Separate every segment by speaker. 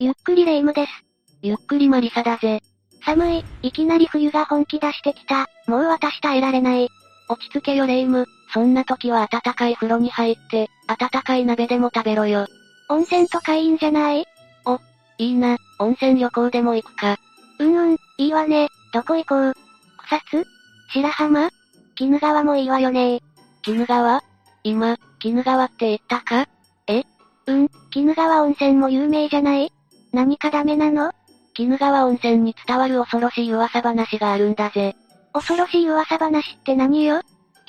Speaker 1: ゆっくりレ夢ムです。
Speaker 2: ゆっくりマリサだぜ。
Speaker 1: 寒い、いきなり冬が本気出してきた。もう私耐えられない。
Speaker 2: 落ち着けよレ夢ム。そんな時は温かい風呂に入って、温かい鍋でも食べろよ。
Speaker 1: 温泉とかいいんじゃない
Speaker 2: いいな、温泉旅行でも行くか。
Speaker 1: うんうん、いいわね。どこ行こう草津白浜鬼怒川もいいわよね
Speaker 2: 鬼怒川今、鬼怒川って言ったか
Speaker 1: うん、鬼怒川温泉も有名じゃない何かダメなの
Speaker 2: 鬼怒川温泉に伝わる恐ろしい噂話があるんだぜ。
Speaker 1: 恐ろしい噂話って何よ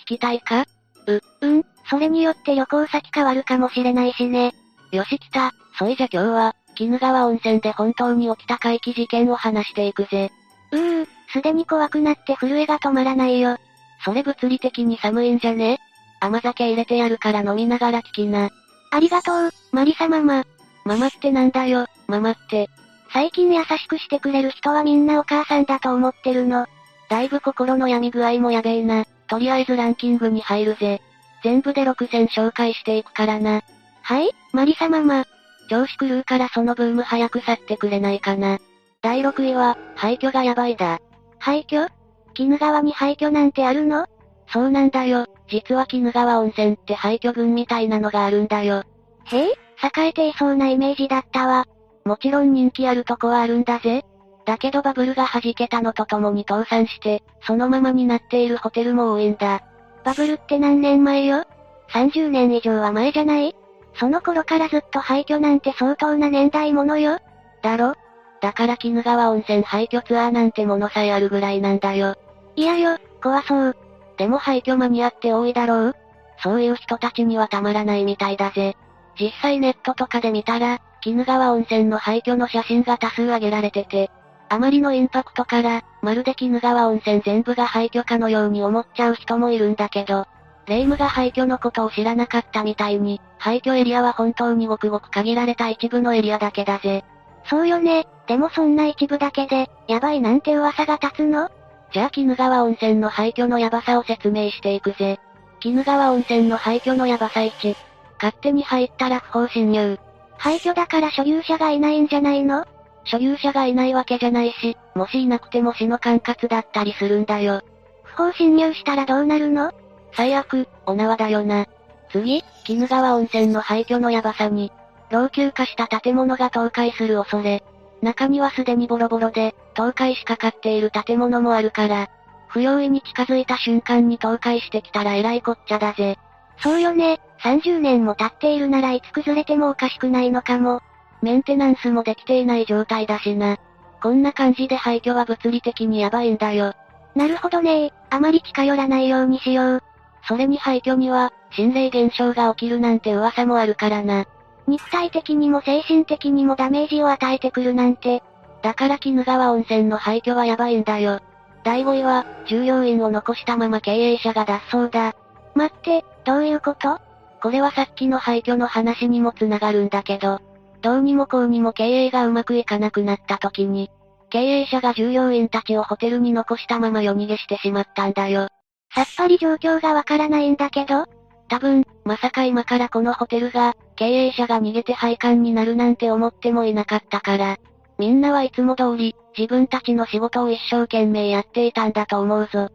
Speaker 2: 聞きたいか
Speaker 1: うん、それによって旅行先変わるかもしれないしね。
Speaker 2: よし来た、そいじゃ今日は、鬼怒川温泉で本当に起きた怪奇事件を話していくぜ。
Speaker 1: うー、すでに怖くなって震えが止まらないよ。
Speaker 2: それ物理的に寒いんじゃね甘酒入れてやるから飲みながら聞きな。
Speaker 1: ありがとう、マリサママ。
Speaker 2: ママってなんだよ、ママって。
Speaker 1: 最近優しくしてくれる人はみんなお母さんだと思ってるの。
Speaker 2: だいぶ心の病み具合もやべえな。とりあえずランキングに入るぜ。全部で6000紹介していくからな。
Speaker 1: はい、マリサママ。
Speaker 2: 調子狂うからそのブーム早く去ってくれないかな。第6位は、廃墟がやばいだ。
Speaker 1: 廃墟鬼怒川に廃墟なんてあるの
Speaker 2: そうなんだよ。実は鬼怒川温泉って廃墟群みたいなのがあるんだよ。
Speaker 1: へえ、栄えていそうなイメージだったわ。
Speaker 2: もちろん人気あるとこはあるんだぜ。だけどバブルが弾けたのとともに倒産して、そのままになっているホテルも多いんだ。
Speaker 1: バブルって何年前よ ?30 年以上は前じゃないその頃からずっと廃墟なんて相当な年代ものよ。
Speaker 2: だろだから鬼怒川温泉廃墟ツアーなんてものさえあるぐらいなんだよ。
Speaker 1: いやよ、怖そう。
Speaker 2: でも廃墟マニアって多いだろうそういう人たちにはたまらないみたいだぜ。実際ネットとかで見たら、鬼怒川温泉の廃墟の写真が多数上げられてて、あまりのインパクトから、まるで鬼怒川温泉全部が廃墟かのように思っちゃう人もいるんだけど、霊夢が廃墟のことを知らなかったみたいに、廃墟エリアは本当にごくごく限られた一部のエリアだけだぜ。
Speaker 1: そうよね。でもそんな一部だけで、やばいなんて噂が立つの
Speaker 2: じゃあ鬼怒川温泉の廃墟のヤバさを説明していくぜ。鬼怒川温泉の廃墟のヤバさ1。勝手に入ったら不法侵入。
Speaker 1: 廃墟だから所有者がいないんじゃないの
Speaker 2: 所有者がいないわけじゃないし、もしいなくても死の管轄だったりするんだよ。
Speaker 1: 不法侵入したらどうなるの
Speaker 2: 最悪、お縄だよな。次、鬼怒川温泉の廃墟のヤバさに、老朽化した建物が倒壊する恐れ。中にはすでにボロボロで、倒壊しかかっている建物もあるから、不用意に近づいた瞬間に倒壊してきたらえらいこっちゃだぜ。
Speaker 1: そうよね。30年も経っているならいつ崩れてもおかしくないのかも。
Speaker 2: メンテナンスもできていない状態だしな。こんな感じで廃墟は物理的にヤバいんだよ。
Speaker 1: なるほどねあまり近寄らないようにしよう。
Speaker 2: それに廃墟には、心霊現象が起きるなんて噂もあるからな。
Speaker 1: 肉体的にも精神的にもダメージを与えてくるなんて。
Speaker 2: だから鬼怒川温泉の廃墟はヤバいんだよ。第5位は、従業員を残したまま経営者が脱走だ。
Speaker 1: 待って、どういうこと
Speaker 2: これはさっきの廃墟の話にもつながるんだけど、どうにもこうにも経営がうまくいかなくなった時に、経営者が従業員たちをホテルに残したまま夜逃げしてしまったんだよ。
Speaker 1: さっぱり状況がわからないんだけど、
Speaker 2: 多分、まさか今からこのホテルが、経営者が逃げて廃館になるなんて思ってもいなかったから。みんなはいつも通り、自分たちの仕事を一生懸命やっていたんだと思うぞ。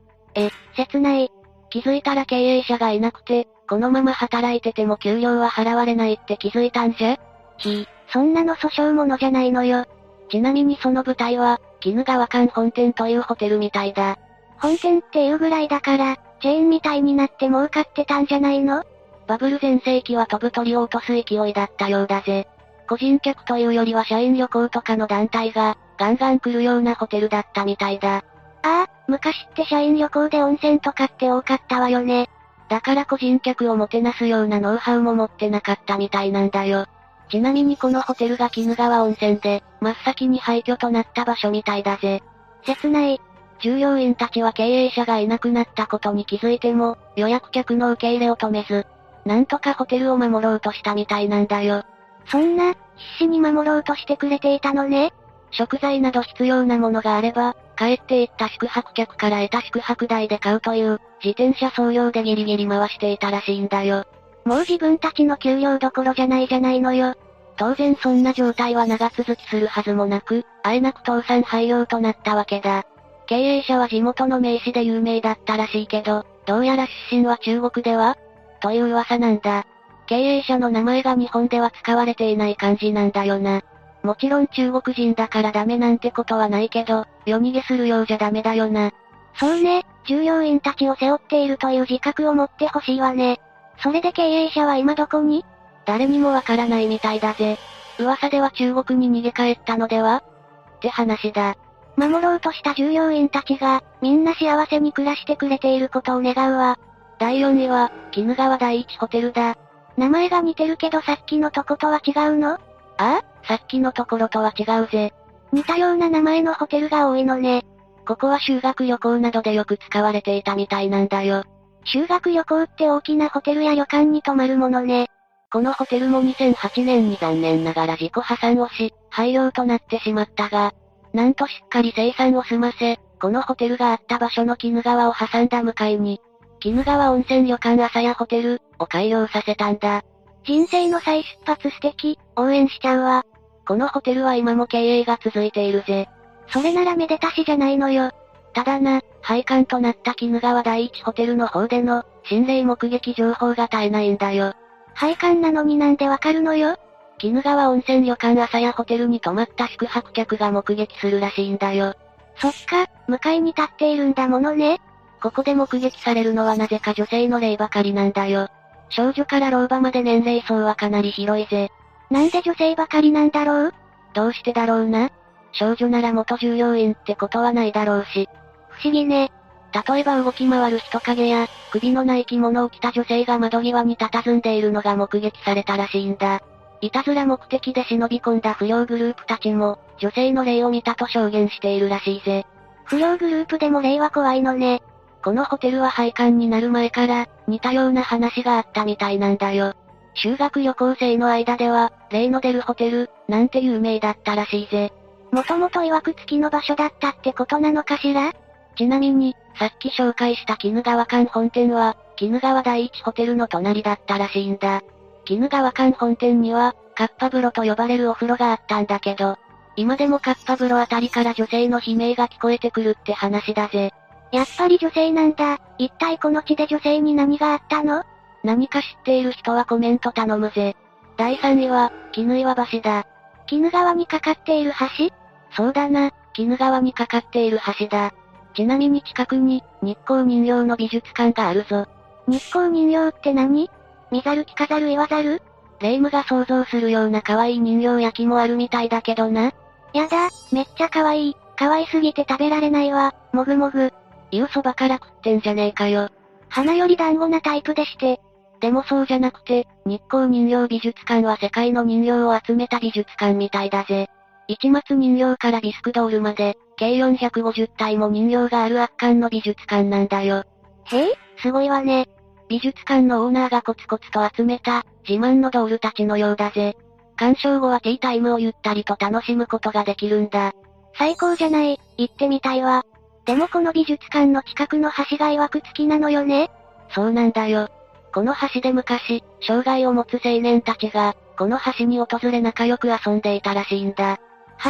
Speaker 1: 切ない。
Speaker 2: 気づいたら経営者がいなくて、このまま働いてても給料は払われないって気づいたんじゃひ
Speaker 1: そんなの訴訟ものじゃないのよ。
Speaker 2: ちなみにその舞台は、鬼怒川館本店というホテルみたいだ。
Speaker 1: 本店っていうぐらいだから、チェーンみたいになって儲かってたんじゃないの
Speaker 2: バブル全盛期は飛ぶ鳥を落とす勢いだったようだぜ。個人客というよりは社員旅行とかの団体が、ガンガン来るようなホテルだったみたいだ。
Speaker 1: ああ、昔って社員旅行で温泉とかって多かったわよね。
Speaker 2: だから個人客をもてなすようなノウハウも持ってなかったみたいなんだよ。ちなみにこのホテルが鬼怒川温泉で、真っ先に廃墟となった場所みたいだぜ。
Speaker 1: 切ない。
Speaker 2: 従業員たちは経営者がいなくなったことに気づいても、予約客の受け入れを止めず、なんとかホテルを守ろうとしたみたいなんだよ。
Speaker 1: そんな、必死に守ろうとしてくれていたのね。
Speaker 2: 食材など必要なものがあれば、帰っていった宿泊客から得た宿泊代で買うという、自転車創業でギリギリ回していたらしいんだよ。
Speaker 1: もう自分たちの給料どころじゃないじゃないのよ。
Speaker 2: 当然そんな状態は長続きするはずもなく、あえなく倒産廃業となったわけだ。経営者は地元の名士で有名だったらしいけど、どうやら出身は中国ではという噂なんだ。経営者の名前が日本では使われていない感じなんだよな。もちろん中国人だからダメなんてことはないけど、夜逃げするようじゃダメだよな。
Speaker 1: そうね、従業員たちを背負っているという自覚を持ってほしいわね。それで経営者は今どこに
Speaker 2: 誰にもわからないみたいだぜ。噂では中国に逃げ帰ったのではって話だ。
Speaker 1: 守ろうとした従業員たちが、みんな幸せに暮らしてくれていることを願うわ。
Speaker 2: 第4位は、絹川第一ホテルだ。
Speaker 1: 名前が似てるけどさっきのとことは違うの
Speaker 2: ああ、さっきのところとは違うぜ。
Speaker 1: 似たような名前のホテルが多いのね。
Speaker 2: ここは修学旅行などでよく使われていたみたいなんだよ。
Speaker 1: 修学旅行って大きなホテルや旅館に泊まるものね。
Speaker 2: このホテルも2008年に残念ながら自己破産をし、廃業となってしまったが、なんとしっかり生産を済ませ、このホテルがあった場所の絹川を挟んだ向かいに、絹川温泉旅館朝屋ホテルを開業させたんだ。
Speaker 1: 人生の再出発素敵、応援しちゃうわ。
Speaker 2: このホテルは今も経営が続いているぜ。
Speaker 1: それならめでたしじゃないのよ。
Speaker 2: ただな、廃館となった絹川第一ホテルの方での、心霊目撃情報が絶えないんだよ。
Speaker 1: 廃館なのになんでわかるのよ
Speaker 2: 絹川温泉旅館朝屋ホテルに泊まった宿泊客が目撃するらしいんだよ。
Speaker 1: そっか、向かいに立っているんだものね。
Speaker 2: ここで目撃されるのはなぜか女性の霊ばかりなんだよ。少女から老婆まで年齢層はかなり広いぜ。
Speaker 1: なんで女性ばかりなんだろう
Speaker 2: どうしてだろうな少女なら元従業員ってことはないだろうし。
Speaker 1: 不思議ね。
Speaker 2: 例えば動き回る人影や、首のない着物を着た女性が窓際に佇んでいるのが目撃されたらしいんだ。いたずら目的で忍び込んだ不良グループたちも、女性の霊を見たと証言しているらしいぜ。
Speaker 1: 不良グループでも霊は怖いのね。
Speaker 2: このホテルは廃館になる前から、似たような話があったみたいなんだよ。修学旅行生の間では、霊の出るホテル、なんて有名だったらしいぜ。
Speaker 1: もともと曰く付きの場所だったってことなのかしら
Speaker 2: ちなみに、さっき紹介した絹川館本店は、絹川第一ホテルの隣だったらしいんだ。絹川館本店には、カッパ風呂と呼ばれるお風呂があったんだけど、今でもカッパ風呂あたりから女性の悲鳴が聞こえてくるって話だぜ。
Speaker 1: やっぱり女性なんだ。一体この地で女性に何があったの
Speaker 2: 何か知っている人はコメント頼むぜ。第3位は、絹岩橋だ。
Speaker 1: 絹川にかかっている橋
Speaker 2: そうだな、絹川にかかっている橋だ。ちなみに近くに、日光人形の美術館があるぞ。
Speaker 1: 日光人形って何見ざる聞かざる言わざる
Speaker 2: 霊夢が想像するような可愛い人形焼きもあるみたいだけどな。
Speaker 1: やだ、めっちゃ可愛い。可愛すぎて食べられないわ。もぐもぐ。
Speaker 2: 言うそばから食ってんじゃねえかよ。
Speaker 1: 花より団子なタイプでして。
Speaker 2: でもそうじゃなくて、日光人形美術館は世界の人形を集めた美術館みたいだぜ。市松人形からビスクドールまで、計450体も人形がある圧巻の美術館なんだよ。
Speaker 1: へえ、すごいわね。
Speaker 2: 美術館のオーナーがコツコツと集めた、自慢のドールたちのようだぜ。鑑賞後はティータイムをゆったりと楽しむことができるんだ。
Speaker 1: 最高じゃない、行ってみたいわ。でもこの美術館の近くの橋が曰く付きなのよね
Speaker 2: そうなんだよ。この橋で昔、障害を持つ青年たちが、この橋に訪れ仲良く遊んでいたらしいんだ。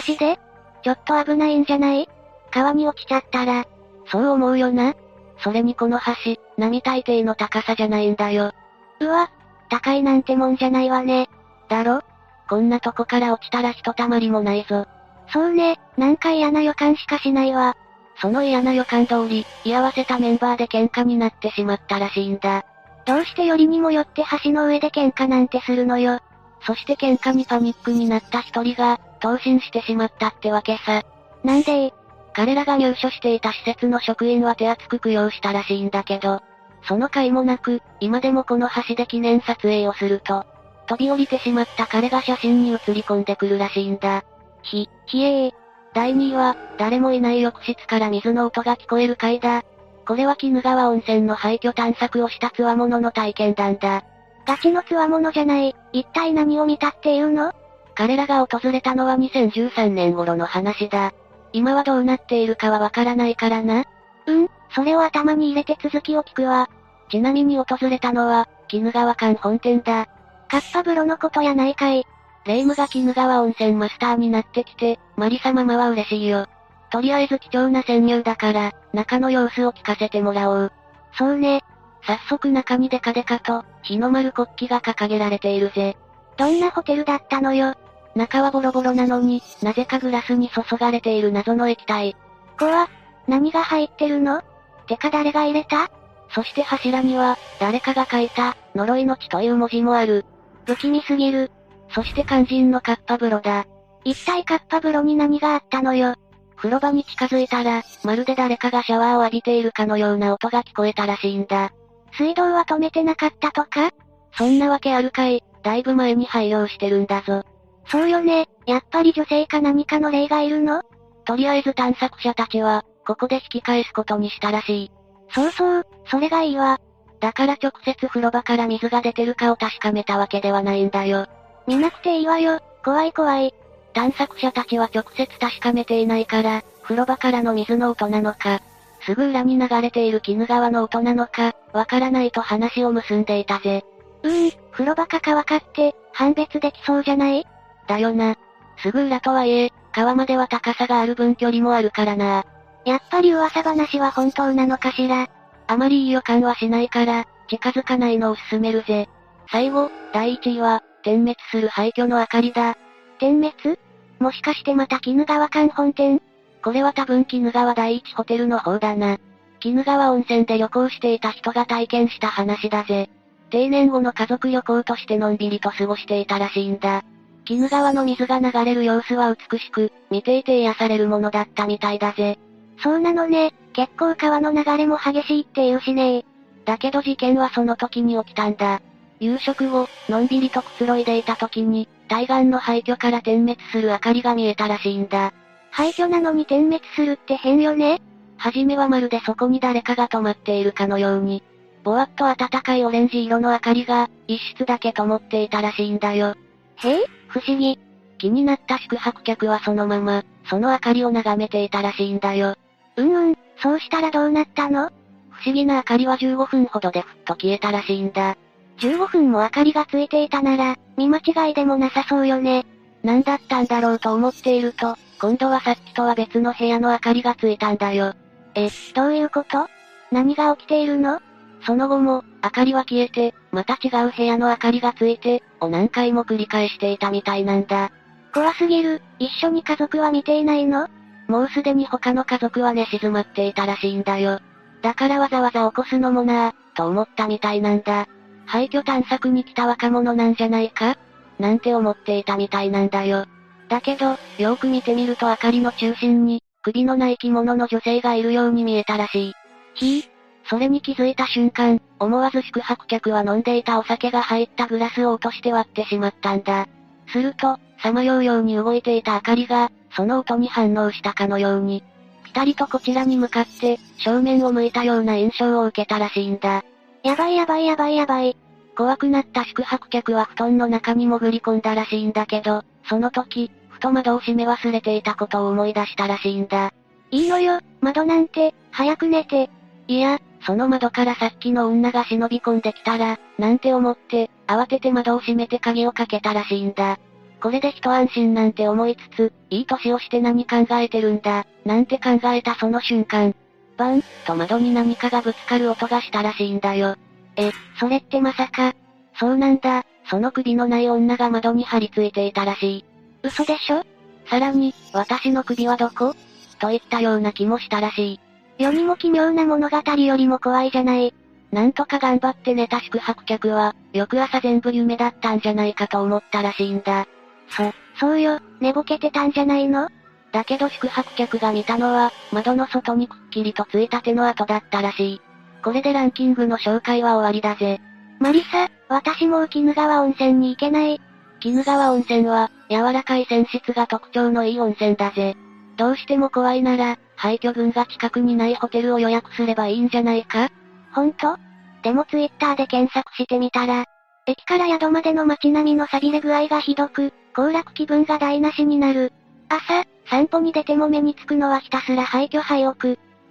Speaker 1: 橋でちょっと危ないんじゃない川に落ちちゃったら。
Speaker 2: そう思うよな。それにこの橋、並大抵の高さじゃないんだよ。
Speaker 1: うわ、高いなんてもんじゃないわね。
Speaker 2: だろこんなとこから落ちたらひとたまりもないぞ。
Speaker 1: そうね、なんか嫌な予感しかしないわ。
Speaker 2: その嫌な予感通り、居合わせたメンバーで喧嘩になってしまったらしいんだ。
Speaker 1: どうしてよりにもよって橋の上で喧嘩なんてするのよ。
Speaker 2: そして喧嘩にパニックになった一人が、投身してしまったってわけさ。
Speaker 1: なんで
Speaker 2: 彼らが入所していた施設の職員は手厚く供養したらしいんだけど、その甲斐もなく、今でもこの橋で記念撮影をすると、飛び降りてしまった彼が写真に写り込んでくるらしいんだ。
Speaker 1: ひ、ひえー。
Speaker 2: 第2位は、誰もいない浴室から水の音が聞こえる階だ。これは鬼怒川温泉の廃墟探索をした強者の体験談だ。
Speaker 1: ガチの強者じゃない、一体何を見たっていうの
Speaker 2: 彼らが訪れたのは2013年頃の話だ。今はどうなっているかはわからないからな。
Speaker 1: うん、それを頭に入れて続きを聞くわ。
Speaker 2: ちなみに訪れたのは、鬼怒川館本店だ。
Speaker 1: カッパ風呂のことやないかい。
Speaker 2: 霊夢が鬼怒川温泉マスターになってきて、マリサママは嬉しいよ。とりあえず貴重な潜入だから、中の様子を聞かせてもらおう。
Speaker 1: そうね。
Speaker 2: 早速中にデカデカと、日の丸国旗が掲げられているぜ。
Speaker 1: どんなホテルだったのよ。
Speaker 2: 中はボロボロなのに、なぜかグラスに注がれている謎の液体。
Speaker 1: 怖何が入ってるのてか誰が入れた
Speaker 2: そして柱には、誰かが書いた、呪いの血という文字もある。
Speaker 1: 不気味すぎる。
Speaker 2: そして肝心のカッパ風呂だ。
Speaker 1: 一体カッパ風呂に何があったのよ。
Speaker 2: 風呂場に近づいたら、まるで誰かがシャワーを浴びているかのような音が聞こえたらしいんだ。
Speaker 1: 水道は止めてなかったとか
Speaker 2: そんなわけあるかい、だいぶ前に廃業してるんだぞ。
Speaker 1: そうよね、やっぱり女性か何かの霊がいるの
Speaker 2: とりあえず探索者たちは、ここで引き返すことにしたらしい。
Speaker 1: そうそう、それがいいわ。
Speaker 2: だから直接風呂場から水が出てるかを確かめたわけではないんだよ。
Speaker 1: 見なくていいわよ、怖い怖い。
Speaker 2: 探索者たちは直接確かめていないから、風呂場からの水の音なのか、すぐ裏に流れている鬼怒川の音なのか、わからないと話を結んでいたぜ。
Speaker 1: うーん、風呂場か川かって、判別できそうじゃない
Speaker 2: だよな。すぐ裏とはいえ、川までは高さがある分距離もあるからな。
Speaker 1: やっぱり噂話は本当なのかしら。
Speaker 2: あまりいい予感はしないから、近づかないのを勧めるぜ。最後、第1位は、点滅する廃墟の明かりだ。
Speaker 1: 点滅もしかしてまた鬼怒川館本店
Speaker 2: これは多分鬼怒川第一ホテルの方だな。鬼怒川温泉で旅行していた人が体験した話だぜ。定年後の家族旅行としてのんびりと過ごしていたらしいんだ。鬼怒川の水が流れる様子は美しく、見ていて癒されるものだったみたいだぜ。
Speaker 1: そうなのね、結構川の流れも激しいって言うしね
Speaker 2: だけど事件はその時に起きたんだ。夕食後、のんびりとくつろいでいた時に、対岸の廃墟から点滅する明かりが見えたらしいんだ。
Speaker 1: 廃墟なのに点滅するって変よね
Speaker 2: はじめはまるでそこに誰かが止まっているかのように、ぼわっと暖かいオレンジ色の明かりが、一室だけ灯っていたらしいんだよ。
Speaker 1: へえ
Speaker 2: 不思議。気になった宿泊客はそのまま、その明かりを眺めていたらしいんだよ。
Speaker 1: うんうん、そうしたらどうなったの
Speaker 2: 不思議な明かりは15分ほどでふっと消えたらしいんだ。
Speaker 1: 15分も明かりがついていたなら、見間違いでもなさそうよね。
Speaker 2: 何だったんだろうと思っていると、今度はさっきとは別の部屋の明かりがついたんだよ。
Speaker 1: え、どういうこと何が起きているの
Speaker 2: その後も、明かりは消えて、また違う部屋の明かりがついて、を何回も繰り返していたみたいなんだ。
Speaker 1: 怖すぎる、一緒に家族は見ていないの
Speaker 2: もうすでに他の家族は寝静まっていたらしいんだよ。だからわざわざ起こすのもなぁ、と思ったみたいなんだ。廃墟探索に来た若者なんじゃないかなんて思っていたみたいなんだよ。だけど、よく見てみると明かりの中心に、首のない着物の女性がいるように見えたらしい。ひぃ、それに気づいた瞬間、思わず宿泊客は飲んでいたお酒が入ったグラスを落として割ってしまったんだ。すると、さまようように動いていた明かりが、その音に反応したかのように、ぴたりとこちらに向かって、正面を向いたような印象を受けたらしいんだ。
Speaker 1: やばいやばいやばいやばい。
Speaker 2: 怖くなった宿泊客は布団の中に潜り込んだらしいんだけど、その時、ふと窓を閉め忘れていたことを思い出したらしいんだ。
Speaker 1: いいのよ、窓なんて、早く寝て。
Speaker 2: いや、その窓からさっきの女が忍び込んできたら、なんて思って、慌てて窓を閉めて鍵をかけたらしいんだ。これで一安心なんて思いつつ、いい歳をして何考えてるんだ、なんて考えたその瞬間。バン、と窓に何かがぶつかる音がしたらしいんだよ。
Speaker 1: え、それってまさか。
Speaker 2: そうなんだ、その首のない女が窓に張り付いていたらしい。
Speaker 1: 嘘でしょ
Speaker 2: さらに、私の首はどこといったような気もしたらし
Speaker 1: い。世にも奇妙な物語よりも怖いじゃない。
Speaker 2: なんとか頑張って寝た宿泊客は、翌朝全部夢だったんじゃないかと思ったらしいんだ。
Speaker 1: そ、そうよ、寝ぼけてたんじゃないの
Speaker 2: だけど宿泊客が見たのは、窓の外にくっきりとついた手の跡だったらしい。これでランキングの紹介は終わりだぜ。
Speaker 1: マリサ、私もう鬼怒川温泉に行けない。
Speaker 2: 鬼怒川温泉は、柔らかい泉質が特徴のいい温泉だぜ。どうしても怖いなら、廃墟群が近くにないホテルを予約すればいいんじゃないか
Speaker 1: ほんとでもツイッターで検索してみたら、駅から宿までの街並みの錆びれ具合がひどく、行楽気分が台無しになる。朝、散歩に出ても目につくのはひたすら廃墟廃屋。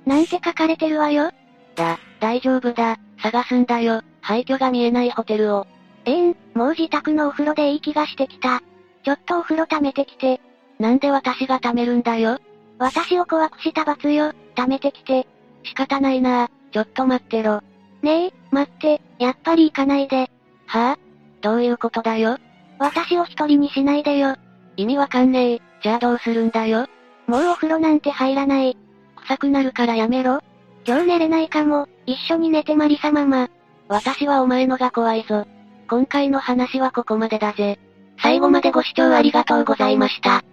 Speaker 1: なんて書かれてるわよ。
Speaker 2: だ、大丈夫だ、探すんだよ、廃墟が見えないホテルを。
Speaker 1: えーん、もう自宅のお風呂でいい気がしてきた。ちょっとお風呂溜めてきて。
Speaker 2: なんで私が貯めるんだよ
Speaker 1: 私を怖くした罰よ、溜めてきて。
Speaker 2: 仕方ないなあちょっと待ってろ。
Speaker 1: ねえ、待って、やっぱり行かないで。
Speaker 2: はぁ、どういうことだよ
Speaker 1: 私を一人にしないでよ。
Speaker 2: 意味わかんねえ。じゃあどうするんだよ
Speaker 1: もうお風呂なんて入らない。
Speaker 2: 臭くなるからやめろ。
Speaker 1: 今日寝れないかも。一緒に寝てマリサママ。
Speaker 2: 私はお前のが怖いぞ。今回の話はここまでだぜ。
Speaker 1: 最後までご視聴ありがとうございました。